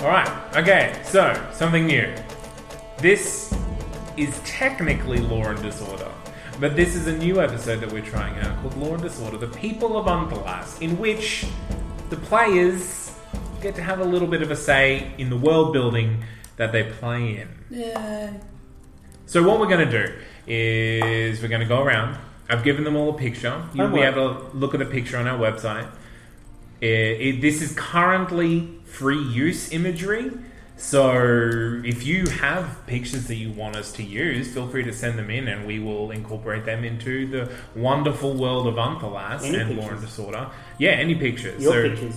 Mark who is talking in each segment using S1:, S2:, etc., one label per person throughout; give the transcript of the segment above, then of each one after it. S1: All right. Okay. So something new. This is technically Law and Disorder, but this is a new episode that we're trying out called Law and Disorder: The People of Unthelast, in which the players get to have a little bit of a say in the world building that they play in. So what we're going to do is we're going to go around. I've given them all a picture.
S2: Oh,
S1: You'll be able to look at a picture on our website. It- it- this is currently free use imagery. So if you have pictures that you want us to use, feel free to send them in, and we will incorporate them into the wonderful world of Unthalas and
S2: Any
S1: Law and
S2: pictures?
S1: Disorder. Yeah, any pictures.
S2: Your
S1: So-
S2: pictures.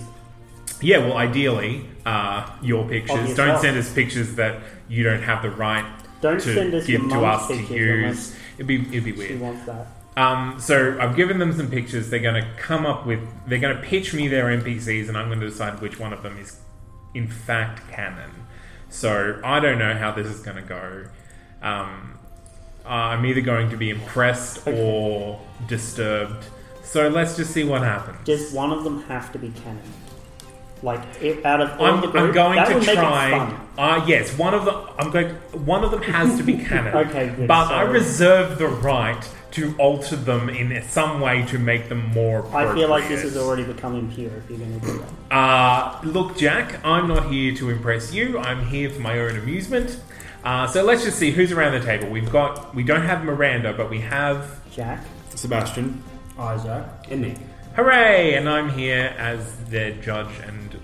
S1: yeah, well, ideally, uh, your pictures. Don't
S2: yourself.
S1: send us pictures that you don't have the right
S2: Don't
S1: to
S2: send us
S1: give
S2: your
S1: to
S2: mum's
S1: us to
S2: pictures
S1: use.
S2: unless
S1: It'd be it'd be
S2: She
S1: weird.
S2: wants that.
S1: Um, so I've given them some pictures. They're going to come up with. They're going to pitch me their NPCs, and I'm going to decide which one of them is, in fact, canon. So I don't know how this is going to go. Um, I'm either going to be impressed or disturbed. So let's just see what happens.
S2: Does one of them have to be canon? Like, it, out of all
S1: I'm,
S2: the group,
S1: I'm going
S2: that
S1: to
S2: would make
S1: try.
S2: it fun.
S1: Uh, yes, one of them. I'm going. One of them has to be canon.
S2: Okay, good,
S1: but
S2: so-
S1: I reserve the right to alter them in some way to make them more. Appropriate.
S2: I feel like this has already become impure if you're going to do that.
S1: Uh, look, Jack. I'm not here to impress you. I'm here for my own amusement. Uh, so let's just see who's around the table. We've got. We don't have Miranda, but we have.
S2: Jack,
S3: Sebastian,
S2: Isaac,
S3: and Nick.
S1: Hooray! And I'm here as their judge and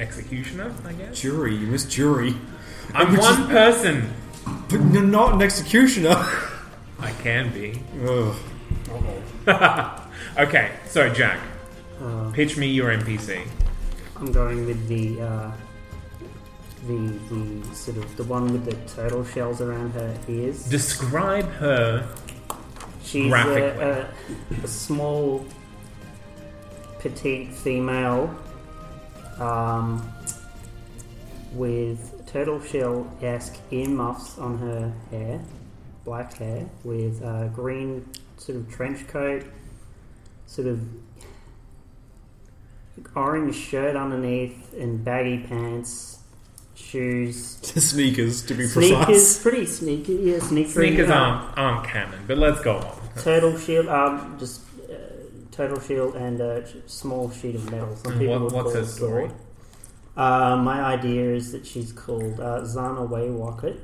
S1: executioner. I guess
S3: Jury, you missed jury.
S1: I'm
S3: Which is-
S1: one person.
S3: But you're not an executioner.
S1: I can be.
S3: Ugh.
S1: okay, so Jack,
S2: Uh.
S1: pitch me your NPC.
S2: I'm going with the uh, the the sort of the one with the turtle shells around her ears.
S1: Describe her.
S2: She's
S1: graphically.
S2: a, a, a small, petite female um, with turtle shell esque earmuffs on her hair, black hair, with a green sort of trench coat, sort of orange shirt underneath, and baggy pants, shoes.
S3: Sneakers, to be
S2: Sneakers,
S3: precise.
S2: pretty sneaky, yeah, sneaky.
S1: Sneakers um,
S2: uh,
S1: aren't aren't canon, but let's go on.
S2: Turtle shield, um, just uh, turtle shield and a sh- small sheet of metal. Some
S1: And
S2: people
S1: what-
S2: would
S1: what's
S2: call
S1: her
S2: it
S1: story?
S2: sword. Uh, my idea is that she's called uh, Zana Waywocket.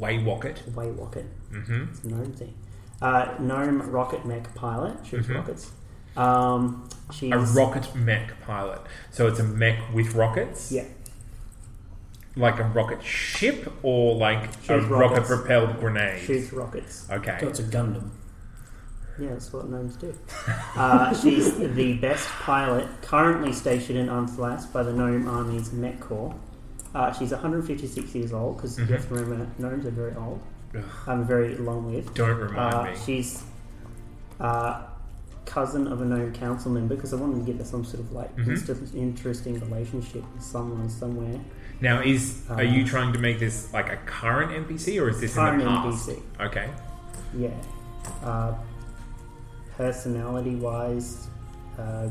S1: Waywocket.
S2: Waywocket. Mm-hmm. It's a gnome thing. Uh, gnome rocket mech pilot. Shoots rockets. Um, she's
S1: Mm-hmm. A rocket mech pilot. So it's a mech with rockets?
S2: Yeah.
S1: Like a rocket ship or like a
S2: Shoots
S1: rocket
S2: rockets.
S1: propelled grenade?
S2: Shoots rockets.
S1: Okay.
S4: It's a Gundam.
S2: Yeah, that's what gnomes do. Uh, she's the best pilot currently stationed in Unflas by the Gnome Army's Met Corps. Uh, she's 156 years old because you have to
S1: Mm-hmm.
S2: remember gnomes are very old. I'm very long lived.
S1: Don't remind
S2: uh,
S1: me.
S2: She's uh, cousin of a gnome council member because I wanted to get her some sort of like
S1: Mm-hmm.
S2: inst- interesting relationship with someone somewhere.
S1: Now, is
S2: Uh,
S1: are you trying to make this like a current NPC or is this in
S2: Current
S1: the past?
S2: NPC.
S1: Okay.
S2: Yeah. Uh, personality wise, uh,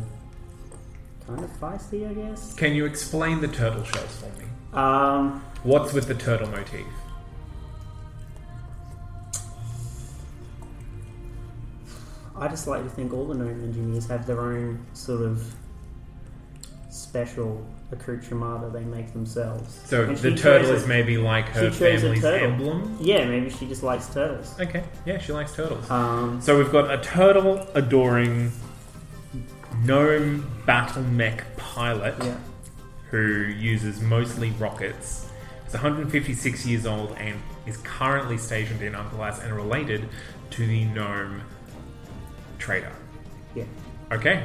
S2: kind of feisty, I guess.
S1: Can you explain the turtle shells for me?
S2: Um,
S1: What's with the turtle motif?
S2: I just like to think all the gnome engineers have their own sort of s- special accoutrement that they make themselves.
S1: So
S2: And
S1: the
S2: she
S1: turtle
S2: chose
S1: is
S2: a-
S1: maybe like her
S2: she chose a
S1: family's
S2: turtle.
S1: emblem.
S2: Yeah, maybe she just likes turtles.
S1: Okay, yeah, she likes turtles.
S2: Um,
S1: So we've got a turtle adoring gnome battle mech pilot
S2: Yeah.
S1: who uses mostly rockets. Is 156 years old and is currently stationed in Umpalas and related to the gnome trader.
S2: yeah.
S1: Okay,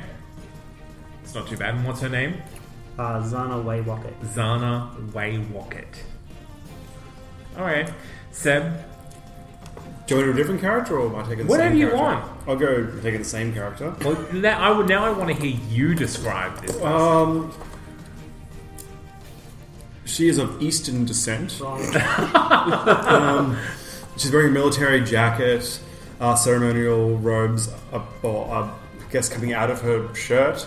S1: it's not too bad. And what's her name?
S2: Uh, Zana Waywocket.
S1: Zana Waywocket. All right, Seb.
S3: Do you want to do a different character, or am I taking the
S1: Whatever
S3: same
S1: you
S3: character?
S1: want.
S3: I'll go taking the same character.
S1: Well, now I would now I want to hear you describe this.
S3: Um, she is of Eastern descent. um, she's wearing a military jacket, uh, ceremonial robes, up, or, uh, I guess coming out of her shirt,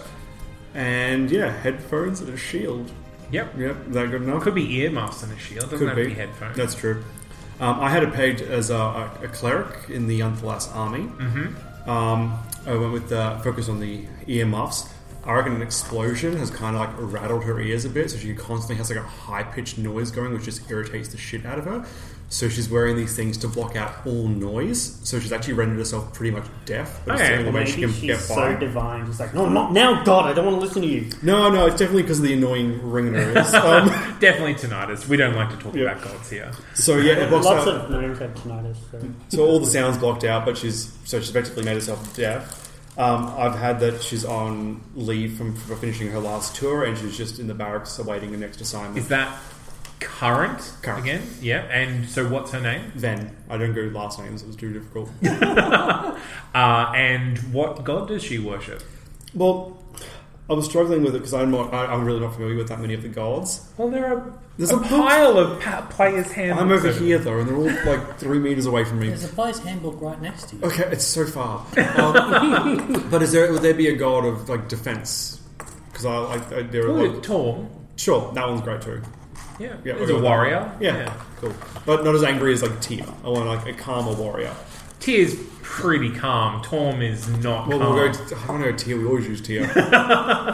S3: and yeah, headphones and a shield.
S1: Yep.
S3: Yep, is that good enough?
S1: Could be earmuffs and a shield. Doesn't have to be headphones.
S3: That's true. Um, I had it pegged as a, a, a cleric in the Unthalas army. Mm-hmm. Um, I went with the focus on the earmuffs. I reckon an explosion has kind of like rattled her ears a bit, so she constantly has like a high pitched noise going, which just irritates the shit out of her. So she's wearing these things to block out all noise. So she's actually rendered herself pretty much deaf. But it's
S1: Okay,
S3: the only
S2: Or
S3: way
S2: maybe
S3: she can
S2: she's
S3: get
S2: so
S3: by.
S2: divine, she's like, no, not now, God, I don't want to listen to you.
S3: no, no, it's definitely because of the annoying ring in her ears. Um,
S1: Definitely tinnitus. We don't like to talk
S3: Yeah.
S1: about gods here.
S3: so yeah, it blocks
S2: Lots
S3: out.
S2: of gnomes have tinnitus. So.
S3: So all the sounds blocked out, but she's so she's effectively made herself deaf. Um, I've had that she's on leave from, for finishing her last tour, and she's just in the barracks awaiting the next assignment.
S1: Is that current,
S3: Current.
S1: again? Yeah. And so what's her name?
S3: Then I don't go last names; it was too difficult.
S1: Uh, and what god does she worship?
S3: well, I was struggling with it because I'm not, I, I'm really not familiar with that many of the gods.
S1: Well, there are
S3: There's
S1: a,
S3: a book-
S1: pile of pa- players' hands.
S3: I'm over here though, and they're all like three meters away from me.
S4: There's a player's handbook right next to you.
S3: Okay, it's so far. Um, but is there would there be a god of like defense? Because I like I, there are
S1: Ooh,
S3: like
S1: Torm.
S3: sure that one's great too.
S1: Yeah.
S3: Yeah,
S1: There's
S3: we'll go
S1: a
S3: with that.
S1: warrior.
S3: Yeah, cool. But not as angry as like Tia. I want like a calmer warrior.
S1: Tyr's pretty calm. Torm is not
S3: Well,
S1: calm.
S3: we'll go. To, I don't know Tia. We always use Tia.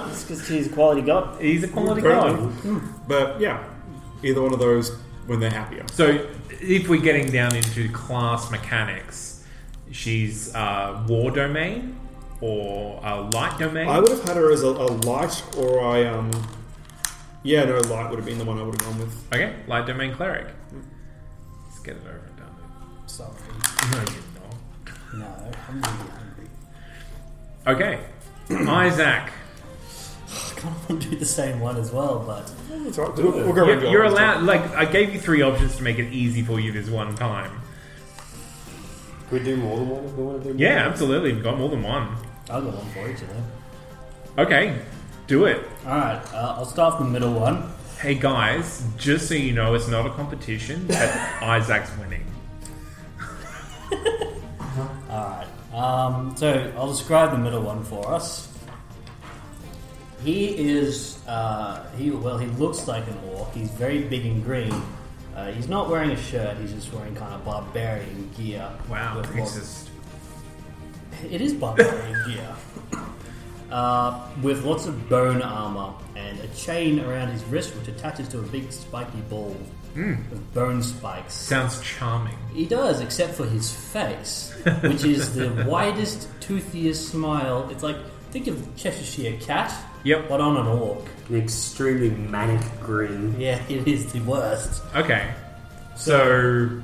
S2: It's because she's a quality god.
S1: He's a quality god.
S3: Apparently. Mm. but yeah, either one of those when they're happier.
S1: So, if we're getting down into class mechanics, she's uh, war domain or uh, light domain.
S3: I would have had her as a, a light, or I um. Yeah, no, light would have been the one I would have gone with.
S1: Okay, light domain cleric. Let's get it over and done with.
S4: Sorry.
S1: No, you're
S4: No, I'm really hungry.
S1: not. Okay, Isaac.
S4: I kind of want to do the same one as well, but
S3: That's all right. We'll, we'll go
S1: You're,
S3: Rengar
S1: you're
S3: instead.
S1: allowed. Like I gave you three options to make it easy for you this one time.
S5: Could we do more than one if we want to do more?
S1: Yeah, absolutely. We've got more than one.
S4: I've got one for each of them.
S1: Okay, do it.
S4: Alright, uh, I'll start with the middle one.
S1: Hey guys, just so you know, it's not a competition. But Isaac's winning.
S4: Um, so I'll describe the middle one for us. He is uh, he well he looks like an orc. He's very big and green. Uh, he's not wearing a shirt. He's just wearing kind of barbarian gear.
S1: Wow,
S4: with
S1: it's
S4: lo-
S1: just
S4: it is barbarian gear. Uh, with lots of bone armor and a chain around his wrist, which attaches to a big spiky ball
S5: Hmm.
S4: with bone spikes.
S1: sounds charming.
S4: He does, except for his face, which is the widest, toothiest smile. It's like think of Cheshire Cat,
S1: Yep.
S4: but on an orc.
S5: An extremely manic grin.
S4: Yeah, it is the worst.
S1: Okay, so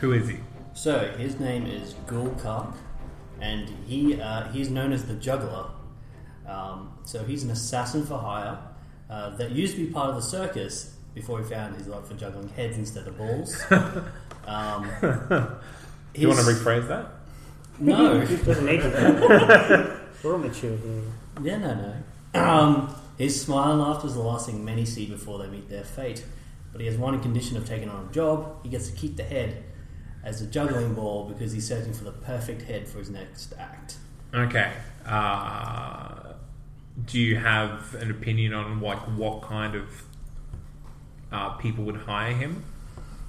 S1: who is he?
S4: So his name is Gulkark, and he uh, he's known as the Juggler. Um, so he's an assassin for hire uh, that used to be part of the circus before he found his love for juggling heads instead of balls. Um,
S1: Do you want to
S4: his-
S1: rephrase that?
S4: No.
S2: Doesn't need to be. We're all mature here.
S4: Yeah, no, no. Um, his smile and laughter is the last thing many see before they meet their fate. But he has one condition of taking on a job: he gets to keep the head as a juggling ball because he's searching for the perfect head for his next act.
S1: Okay. Uh, do you have an opinion on like what kind of uh, people would hire him?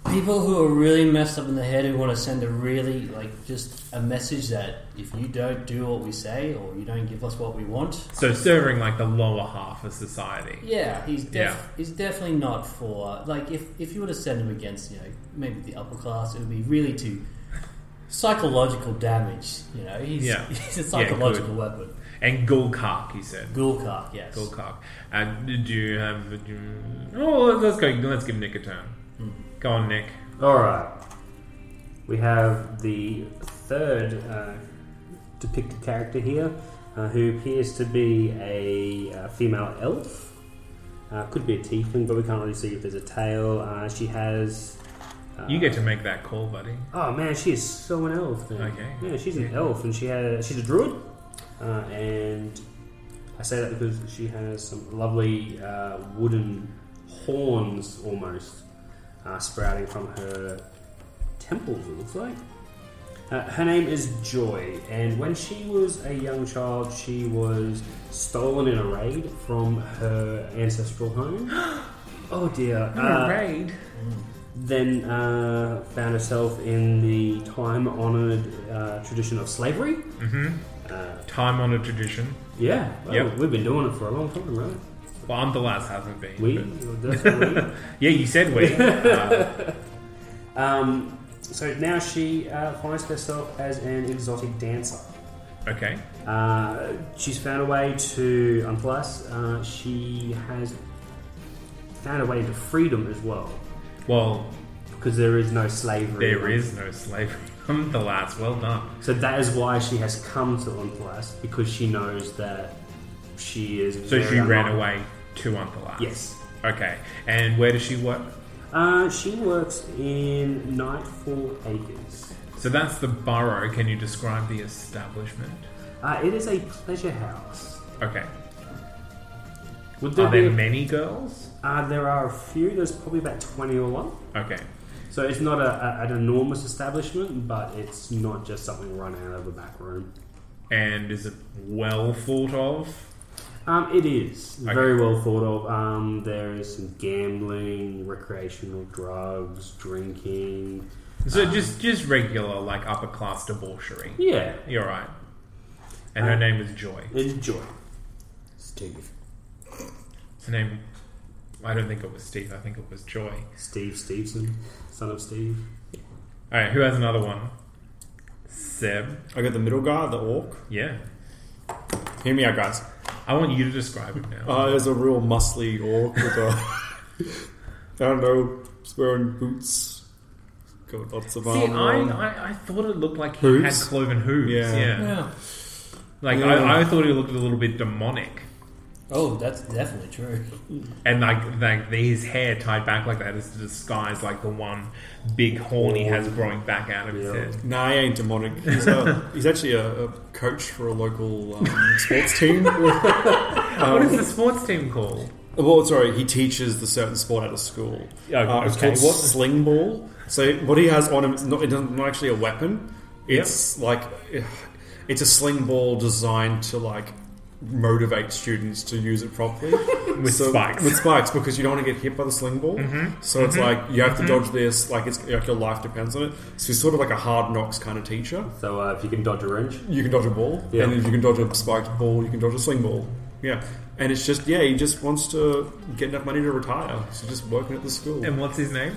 S4: people who are really messed up in the head who want to send a really like just a message that if you don't do what we say or you don't give us what we want,
S1: So serving like the lower half of society.
S4: yeah, he's def-
S1: Yeah.
S4: he's definitely not for like if if you were to send him against you know maybe the upper class, it would be really to psychological damage. You know, he's
S1: Yeah.
S4: he's a
S1: Yeah,
S4: psychological
S1: good.
S4: weapon.
S1: And Gulkark, he said.
S4: Gulkark, yes.
S1: Gulkark. And do you have? Do you- oh, let's go. Let's give Nick a turn.
S2: Mm-hmm.
S1: Go on, Nick.
S2: All right. We have the third uh, depicted character here, uh, who appears to be a, uh female elf. Uh, could be a tiefling, but we can't really see if there's a tail. Uh, she has. Uh,
S1: You get to make that call, buddy.
S2: Oh man, she is so an elf. Then.
S1: Okay.
S2: Yeah, she's an elf, and she has she's a druid, uh, and I say that because she has some lovely uh, wooden horns almost uh, sprouting from her temples. It looks like. Uh, her name is Joy, and when she was a young child, she was stolen in a raid from her ancestral home. oh dear! Uh,
S1: raid.
S2: then uh, found herself in the time honored uh, tradition of slavery.
S1: Time honored tradition.
S2: Yeah, well,
S1: Yep.
S2: we've been doing it for a long time, right?
S1: Well, I'm the last hasn't been.
S2: We,
S1: but-
S2: definitely.
S1: Yeah, you said we. Uh,
S2: um, so now she uh, finds herself as an exotic dancer.
S1: okay.
S2: Uh, she's found a way to Unplus. Uh, she has found a way to freedom as well,
S1: Well,
S2: because there is no slavery.
S1: there is no slavery. I'm the last. Well done.
S2: So that is why she has come to Unplus because she knows that she is.
S1: So she
S2: very
S1: ran
S2: unlike-
S1: away to Unthalas.
S2: Yes.
S1: Okay. And where does she work?
S2: Uh, she works in Nightfall Acres.
S1: So that's the borough. Can you describe the establishment?
S2: Uh, it is a pleasure house.
S1: Okay.
S2: Would there
S1: Are
S2: be?
S1: there
S2: a-
S1: many girls?
S2: uh, there are a few. There's probably about twenty or one.
S1: Okay.
S2: So it's not a, a, an enormous establishment, but it's not just something run out of a back room.
S1: And is it well thought of?
S2: Um, it is very well thought of. Um, there is some gambling, recreational drugs, drinking.
S1: So just just regular like upper class debauchery.
S2: Yeah,
S1: You're right. And her name is Joy.
S2: enjoy.
S6: Steve.
S1: Her name. I don't think it was Steve. I think it was Joy.
S2: Steve Stevenson, son of Steve.
S1: All right. Who has another one? Seb.
S3: I got the middle guy, the orc.
S1: Yeah.
S3: Hear me out, guys.
S1: I want you to describe him now.
S3: Uh, there's a real muscly orc with a. I don't know, he's wearing boots. Got lots of
S1: See,
S3: armor.
S1: I,
S3: on.
S1: I, I thought it looked like he
S3: um, Hooves?
S1: had cloven hooves. Yeah.
S3: Yeah.
S1: Like
S3: Yeah.
S1: I, I thought he looked a little bit demonic.
S4: Oh, that's definitely true.
S1: And like, like the- his hair tied back like that is to disguise like the one big horn
S3: Oh.
S1: he has growing back out of his head.
S3: Nah, he ain't demonic. He's, a, he's actually a, a coach for a local um, sports team. well,
S1: what
S3: Um,
S1: is the sports team called?
S3: sorry, he teaches the certain sport out of school.
S1: Yeah,
S3: Uh, it's
S1: Oh, okay.
S3: called
S1: What-
S3: sling ball. So what he has on him is not, it doesn't- not actually a weapon. It's like it's a sling ball designed to like motivate students to use it properly with
S1: spikes. Mm-hmm.
S3: With spikes because you don't want to get hit by the sling ball. So it's like you have to dodge this. Like it's like your life depends on it. So he's sort of like a hard knocks kind of teacher.
S2: So uh, if you can dodge a wrench,
S3: you can dodge a ball,
S2: Yeah.
S3: and if you can dodge a spiked ball, you can dodge a sling ball. Yeah, and it's just yeah, he just wants to get enough money to retire, so just working at the school.
S1: And what's his name?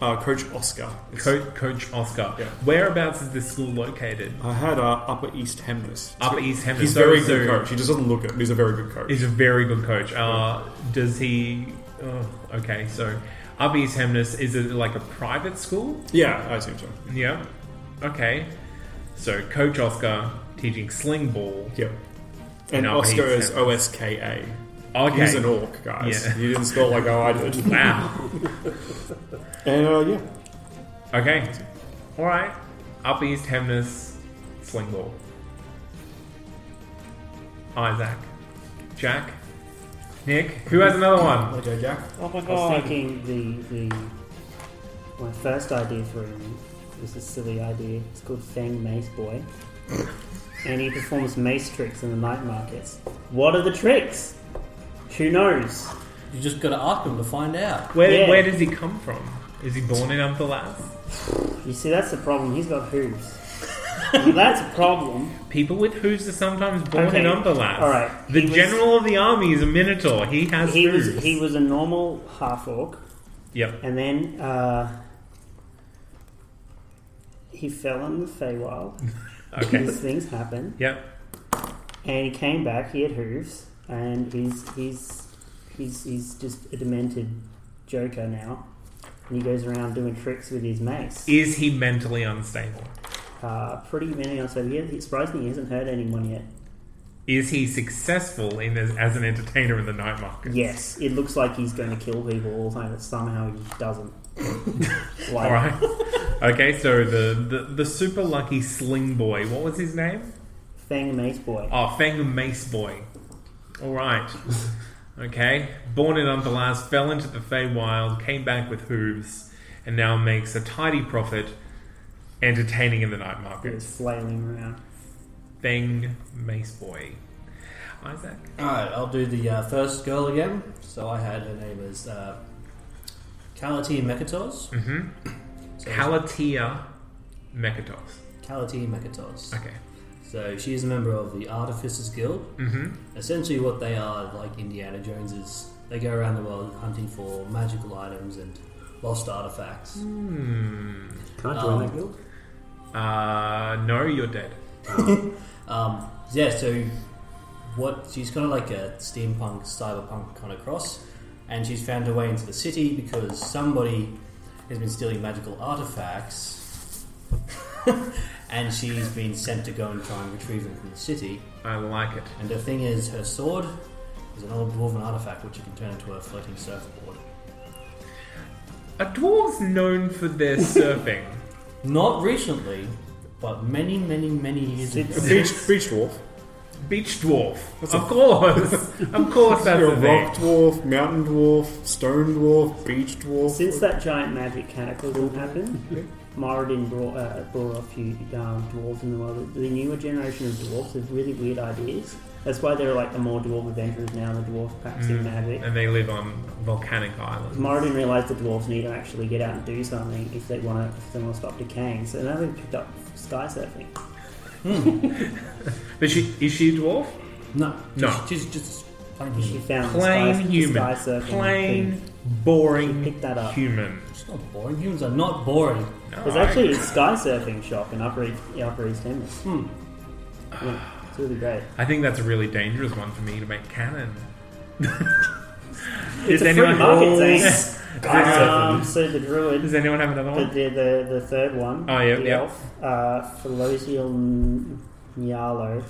S3: Uh, Coach Oscar. It's-
S1: Co- Coach Oscar.
S3: Yeah.
S1: Whereabouts is this school located?
S3: I had uh, Upper East Hemness.
S1: Upper East Hemness.
S3: He's
S1: So-
S3: very
S1: so-
S3: good coach. He just doesn't look it. but He's a very good coach.
S1: He's a very good coach. Uh, does he? Oh, okay, so Upper East Hemness is it like a private school?
S3: yeah, I assume so.
S1: Yeah. Okay. So Coach Oscar teaching sling ball.
S3: Yep. And
S1: Upper
S3: Oscar
S1: East
S3: is
S1: Hemness.
S3: O S K A.
S1: Okay.
S3: He's an orc, guys.
S1: Yeah.
S3: He didn't spell like how I did.
S1: Wow.
S3: And uh, yeah,
S1: Okay. All right. Upper East Hemness sling ball. Isaac, Jack, Nick. Who has another one?
S4: Go, Jack.
S1: Oh my
S7: I was thinking the the my first idea for him was a silly idea. It's called Fang Mace Boy, and he performs mace tricks in the night markets. What are the tricks? Who knows?
S4: You just got to ask him to find out.
S1: Where
S7: Yeah.
S1: Where does he come from? Is he born in Umphalas?
S2: You see, that's the problem. He's got hooves. that's a problem.
S1: People with hooves are sometimes born
S2: Okay,
S1: in Umphalas.
S2: alright.
S1: The
S2: He was-
S1: general of the army is a minotaur. He has
S2: He
S1: hooves.
S2: was he was a normal half orc,
S1: Yep.
S2: and then uh, he fell in the Feywild.
S1: Okay.
S2: These things happen,
S1: Yep.
S2: and he came back. He had hooves, and he's he's he's he's just a demented joker now, and he goes around doing tricks with his mace.
S1: Is he mentally unstable?
S2: Uh, pretty many on so he, he surprisingly he hasn't hurt anyone yet.
S1: Is he successful in as, as an entertainer in the night market?
S2: Yes, it looks like he's going to kill people all the time, but somehow he doesn't. like,
S1: All right. okay. So the, the the super lucky sling boy. What was his name?
S2: Fang Mace Boy.
S1: Oh, Fang Mace Boy. All right. Okay. Born in Underlast, fell into the Feywild, came back with hooves, and now makes a tidy profit entertaining in the night
S2: He
S1: market.
S2: was flailing around.
S1: Fang Mace Boy. Isaac?
S4: Alright, I'll do the uh, first girl again. So I had her name as uh, Kalati Mekatos. Mm-hmm. So
S1: Calatia Mekatos.
S4: Kalati Mekatos.
S1: Okay.
S4: So she is a member of the Artificers Guild. Mm-hmm. Essentially, what they are, like Indiana Jones, is they go around the world hunting for magical items and lost artifacts.
S8: Can I join
S4: Um,
S8: that guild?
S1: Uh, no, you're dead.
S4: Um, yeah, so what she's kind of like a steampunk, cyberpunk kind of cross, and she's found her way into the city because somebody has been stealing magical artifacts, and she's been sent to go and try and retrieve them from the city.
S1: I like it.
S4: And the thing is, her sword is an old dwarven artifact which you can turn into a floating surfboard.
S1: A dwarves known for their surfing.
S4: Not recently, but many, many, many years ago.
S3: Beach, beach dwarf.
S1: Beach dwarf. of course. of course that's
S3: You're a
S1: a thing.
S3: rock dwarf, mountain dwarf, stone dwarf, beach dwarf.
S2: Since that giant magic cataclysm happened, Moradin brought, uh, brought a few um, dwarves in the world. The newer generation of dwarves have really weird ideas. That's why there are like the more dwarf adventurers now, the dwarf packs
S1: Hmm.
S2: in magic.
S1: And they live on volcanic islands.
S2: Moradin realised the dwarves need to actually get out and do something if they want to if they want to stop decaying. So now they picked up sky surfing.
S1: But she is she a dwarf?
S4: no,
S1: No.
S4: She's, she's just plain
S2: She
S4: human.
S2: found
S1: Plain
S2: the sky,
S1: human.
S2: The sky surfing
S1: Plain,
S2: thing.
S1: boring
S2: Pick that up.
S1: human.
S4: She's not boring. Humans are not boring.
S1: No,
S2: There's
S1: I-
S2: actually a sky surfing shop in Upper East, yeah, Upper East Emmers. Yeah, it's really great.
S1: I think that's a really dangerous one for me to make canon. Does
S2: It's a free
S1: anyone-
S2: market
S1: Does
S2: thing. Um, so the
S1: Does
S2: druid,
S1: anyone have another
S2: the,
S1: one?
S2: the, the, the third one,
S1: Oh, yeah,
S2: the
S1: yeah.
S2: elf, uh, Felosiel Nyalo,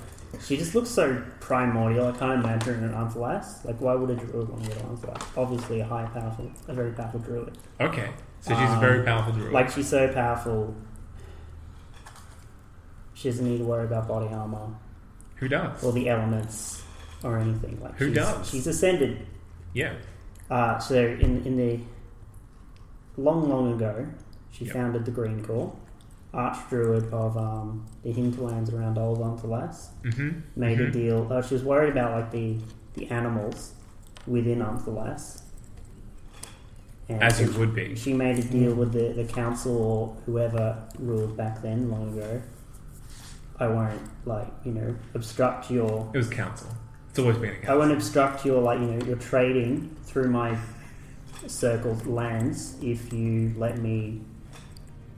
S2: she just looks so primordial. I can't imagine her in an Amphalas. Like, why would a druid want to get an Amphalas? Obviously, a high, powerful, a very powerful druid.
S1: Okay. So she's a very powerful druid.
S2: Um, Like, she's so powerful, she doesn't need to worry about body armor
S1: Who does?
S2: or the elements or anything. Like,
S1: Who
S2: she's,
S1: does?
S2: She's ascended
S1: yeah.
S2: Uh, so in, in the long, long ago, she
S1: Yep.
S2: founded the Green Corps, archdruid of um, the hinterlands around Old Umphalas.
S1: Mm-hmm.
S2: Made a deal. Uh, she was worried about like the the animals within Umphalas. And
S1: As
S2: so
S1: it would be. Mm.
S2: she made a deal with the, the council or whoever ruled back then, long ago. I won't like you know obstruct your
S1: It was council. It's always been a
S2: I
S1: council.
S2: won't obstruct your like you know your trading through my circle's lands if you let me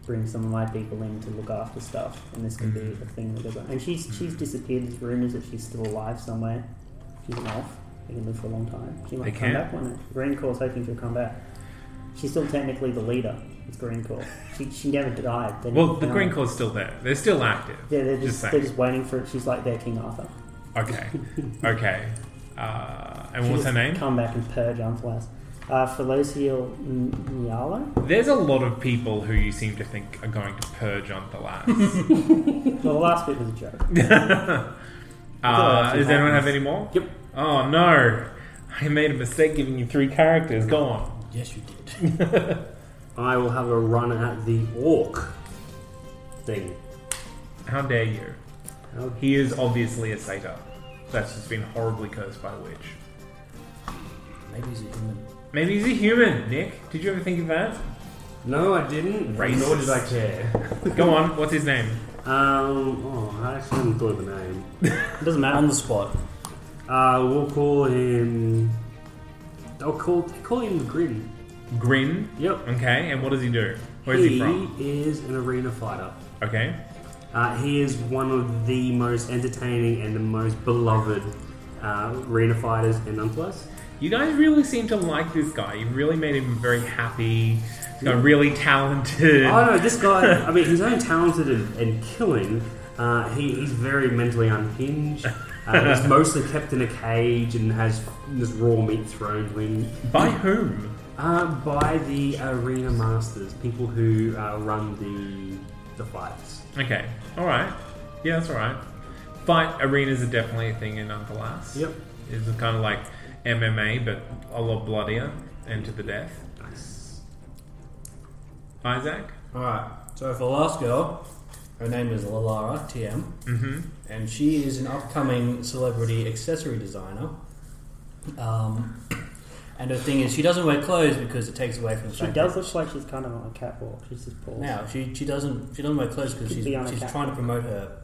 S2: bring some of my people in to look after stuff, and this
S1: Mm.
S2: could be a thing that goes on. And she's she's disappeared. There's rumours that she's still alive somewhere. She's an elf. They can live for a long time. She might
S1: They
S2: come
S1: can?
S2: back one day. Green Corps hoping she'll come back. She's still technically the leader. It's Green Corps. She, she never died. They
S1: Well,
S2: never
S1: the
S2: found
S1: Green
S2: her.
S1: Corps still there. They're still active.
S2: Yeah, they're just,
S1: saying.
S2: they're just waiting for it. She's like their King Arthur.
S1: Okay. Okay. Uh, and
S2: She
S1: what's her
S2: just
S1: name?
S2: Come back and purge Umphalas. Uh, Felosiel N- Nyalo?
S1: There's a lot of people who you seem to think are going to purge on the last.
S2: Well, the last bit was a joke.
S1: Uh,
S2: That's what
S1: does anyone have
S2: happens.
S1: any more?
S8: Yep.
S1: Oh no, I made a mistake giving you three characters. Go on.
S4: Yes, you did.
S8: I will have a run at the orc thing.
S1: How dare you?
S8: How
S1: He is obviously a satyr. That's just been horribly cursed by a witch.
S4: Maybe he's a human.
S1: Maybe he's a human, Nick. Did you ever think of that?
S8: No, I didn't. Nor did I care.
S1: Go on, what's his name?
S8: Um, oh, I actually didn't think of a name.
S2: It doesn't matter.
S4: On the spot.
S8: Uh, we'll call him. They'll call. They call him Grin.
S1: Grin.
S8: Yep.
S1: Okay, and what does he do? Where's he, from?
S8: is an arena fighter.
S1: Okay.
S8: Uh, he is one of the most entertaining and the most beloved uh, arena fighters in Unplus.
S1: You guys really seem to like this guy. You really made him very happy. He's got really talented.
S8: Oh no, this guy. I mean, he's own talented and, and killing. Uh, he, he's very mentally unhinged. Uh, he's mostly kept in a cage and has this raw meat thrown to him
S1: By whom?
S8: uh, by the arena masters, people who uh, run the the fights.
S1: Okay. All right. Yeah, that's all right. Fight arenas are definitely a thing in Unthalas.
S8: Yep.
S1: It's kind of like MMA, but a lot bloodier and to the death. Isaac.
S4: Alright, so for the last girl, her name is Lalara TM, mm-hmm. and she is an upcoming celebrity accessory designer. Um, and her thing is, she doesn't wear clothes because it takes away from the
S2: She
S4: fact
S2: does
S4: that
S2: look like she's kind of on a catwalk. She's just paused.
S4: now she, she doesn't she doesn't wear clothes because she's,
S2: be on a
S4: she's
S2: cat.
S4: trying to promote her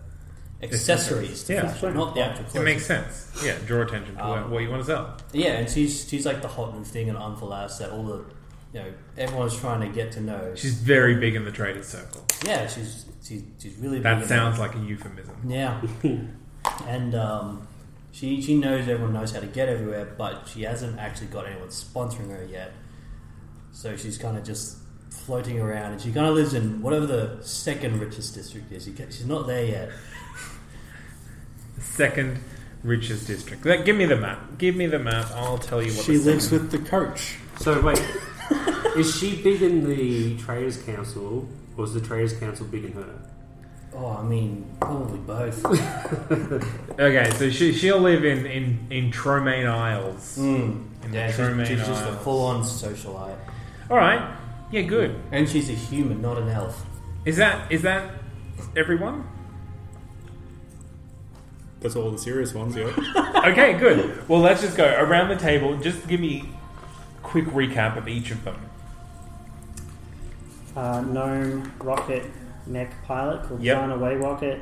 S4: accessories, to
S1: Yeah.
S4: fashion, not the actual
S1: It
S4: clothes.
S1: makes sense. Yeah, draw attention to
S4: Um,
S1: what you want to sell.
S4: Yeah, and she's she's like the hot new thing in Unfalas that all the you know everyone's trying to get to know.
S1: She's very big in the traders circle.
S4: yeah, she's she's she's really big
S1: That
S4: in
S1: sounds like a euphemism.
S4: Yeah. and um, she she knows everyone knows how to get everywhere, but she hasn't actually got anyone sponsoring her yet. So she's kind of just floating around, and she kind of lives in whatever the second richest district is. She ca- She's not there yet.
S1: Second richest district. Like, give me the map. Give me the map. I'll tell you what.
S3: She
S1: the
S3: lives
S1: second-
S3: with the coach.
S8: So wait, is she big in the Traders Council, or is the Traders Council big in her?
S4: Oh, I mean, probably both.
S1: Okay, so she she'll live in in in Tromaine Isles.
S8: Mm.
S1: In
S4: yeah,
S1: the
S4: she's,
S1: Tromaine
S4: she's just a
S1: Isles.
S4: full-on socialite,
S1: All right. Yeah, good.
S4: and she's a human, not an elf.
S1: Is that is that everyone?
S3: That's all the serious ones, yeah.
S1: Okay, good. Well, let's just go around the table. Just give me quick recap of each of them.
S2: Uh, gnome rocket mech pilot called
S1: Yep.
S2: China Way Rocket.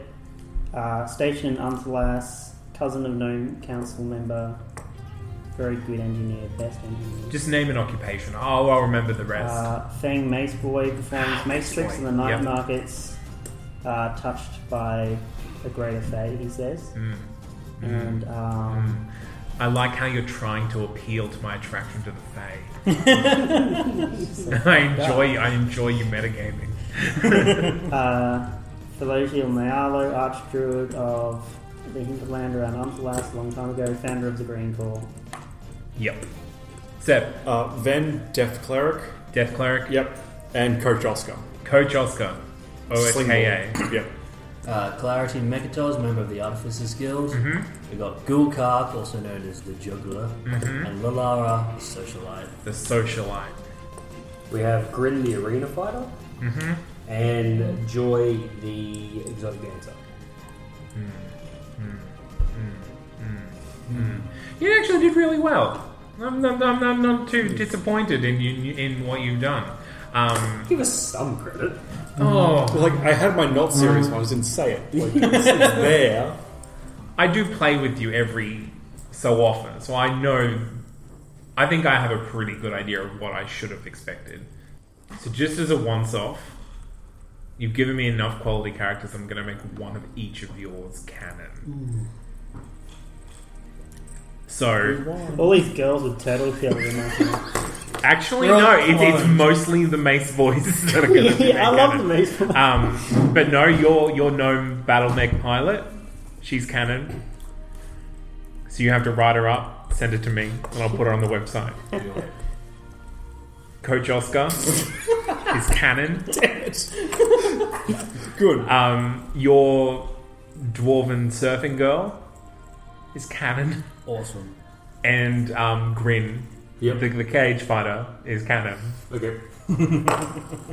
S2: Uh, station Unthalas, cousin of gnome council member. Very good engineer, best engineer.
S1: Just name an occupation. Oh, I'll remember the rest.
S2: Uh, Fang Mace Boy performs Mace tricks in the night
S1: Ah, Yep.
S2: markets, uh, touched by a greater fate, he says.
S1: Mm.
S2: And um,
S1: I like how you're trying to appeal to my attraction to the Fae. I enjoy I enjoy you metagaming. Mm.
S2: uh, Felosiel Mayalo, Archdruid of the hinterland around Unthalas a long time ago, founder of the Green Core.
S1: Yep. Seb,
S3: Uh, Ven, Deaf Cleric.
S1: Death Cleric,
S3: Yep. And Coach Oscar.
S1: Coach Oscar, OSKA.
S3: Slingball. Yep.
S4: Uh, Clarity Mekatos, member of the Artificers Guild.
S8: Mm-hmm.
S4: We've got Gulkark, also known as the Juggler, and Lalara, Socialite.
S1: the socialite.
S8: We have Grin, the arena fighter, Mm-hmm. and Joy, the exotic dancer.
S1: You actually did really well. I'm, I'm, I'm, I'm not too disappointed in you, in what you've done. Um,
S8: Give us some credit.
S1: oh,
S3: Like, I had my not serious one, I just didn't say it. Like, it's, it's there.
S1: I do play with you every so often, so I know. I think I have a pretty good idea of what I should have expected. So just as a once-off, you've given me enough quality characters. I'm going to make one of each of yours canon. So
S2: All these girls with turtle tails in my
S1: Actually,
S4: You're
S1: no.
S4: all
S1: It's, it's
S4: cloned.
S1: mostly the Mace boys that are going to be.
S2: Yeah, I
S1: made
S2: love the
S1: canon.
S2: mace.
S1: Um, but no, your your gnome battle mech pilot, she's canon. So you have to write her up, send it to me, and I'll put her on the website. Coach Oscar is canon.
S3: Good.
S1: Um, your dwarven surfing girl is canon,
S4: Awesome.
S1: and um, Grin,
S8: Yep.
S1: the, the cage fighter, is canon.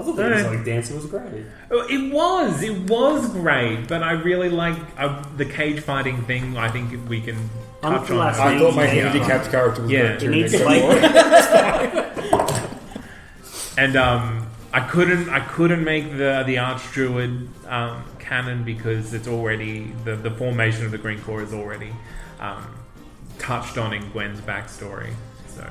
S8: Okay. I thought the exotic dancer was great.
S1: Oh, It was, it was great, but I really like uh, the cage fighting thing. I think we can touch on.
S2: Unflashy.
S1: that.
S3: I thought my
S2: Yeah.
S3: handicapped character was
S1: Yeah.
S3: great
S2: It
S3: too.
S2: needs
S3: next
S2: to
S3: time.
S2: wait.
S1: And um, I couldn't I couldn't make the the archdruid um, canon because it's already the, the formation of the Green Corps is already um, touched on in Gwen's backstory. So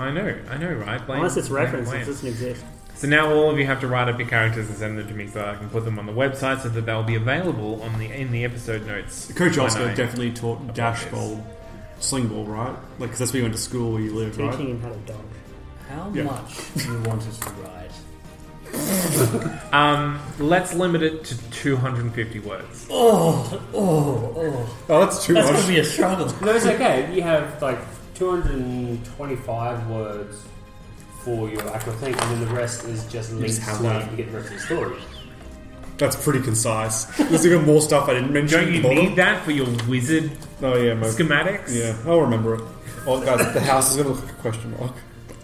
S1: I know, I know, right? Blame-
S2: Unless it's
S1: blame
S2: referenced,
S1: Gwen.
S2: it doesn't exist.
S1: So now all of you have to write up your characters and send them to me so that I can put them on the website so that they'll be available on the in the episode notes.
S3: Coach
S1: when
S3: Oscar
S1: I-
S3: definitely taught dash ball, sling ball, right? Like, 'cause that's where you went to school, where you lived,
S2: Teaching
S3: right?
S2: him how to dog.
S4: How
S3: Yeah.
S4: much do you want us to ride?
S1: Let's limit it to 250 words.
S4: Oh, oh, oh.
S3: Oh, that's too
S4: That's
S3: much.
S4: going to be a struggle.
S8: No, it's okay. You have like 225 words for your actual thing, and then the rest is just links
S3: have
S8: to
S3: that.
S8: where you get the rest of the story.
S3: That's pretty concise. There's even more stuff I didn't mention.
S1: Don't
S3: at
S1: you
S3: the bottom.
S1: need that for your wizard
S3: Oh yeah, my,
S1: schematics?
S3: yeah. I'll remember it. Oh guys, the house is gonna look like a question mark.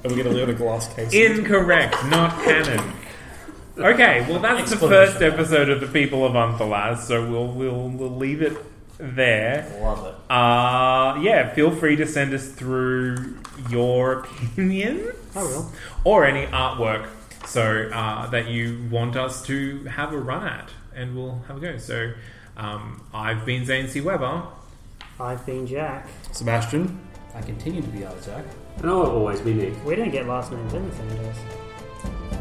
S3: And we're gonna live in a glass case.
S1: Incorrect, not canon. Okay, well that's the first episode of the People of Unthalas, so we'll we'll, we'll leave it there.
S4: Love it.
S1: Uh, yeah, feel free to send us through your opinions.
S2: I will.
S1: Or any artwork so uh, that you want us to have a run at, and we'll have a go. So um, I've been Zane C. Weber.
S2: I've been Jack.
S3: Sebastian.
S4: I continue to be Isaac.
S8: And I'll always be Nick.
S2: We don't get last names anything, do us?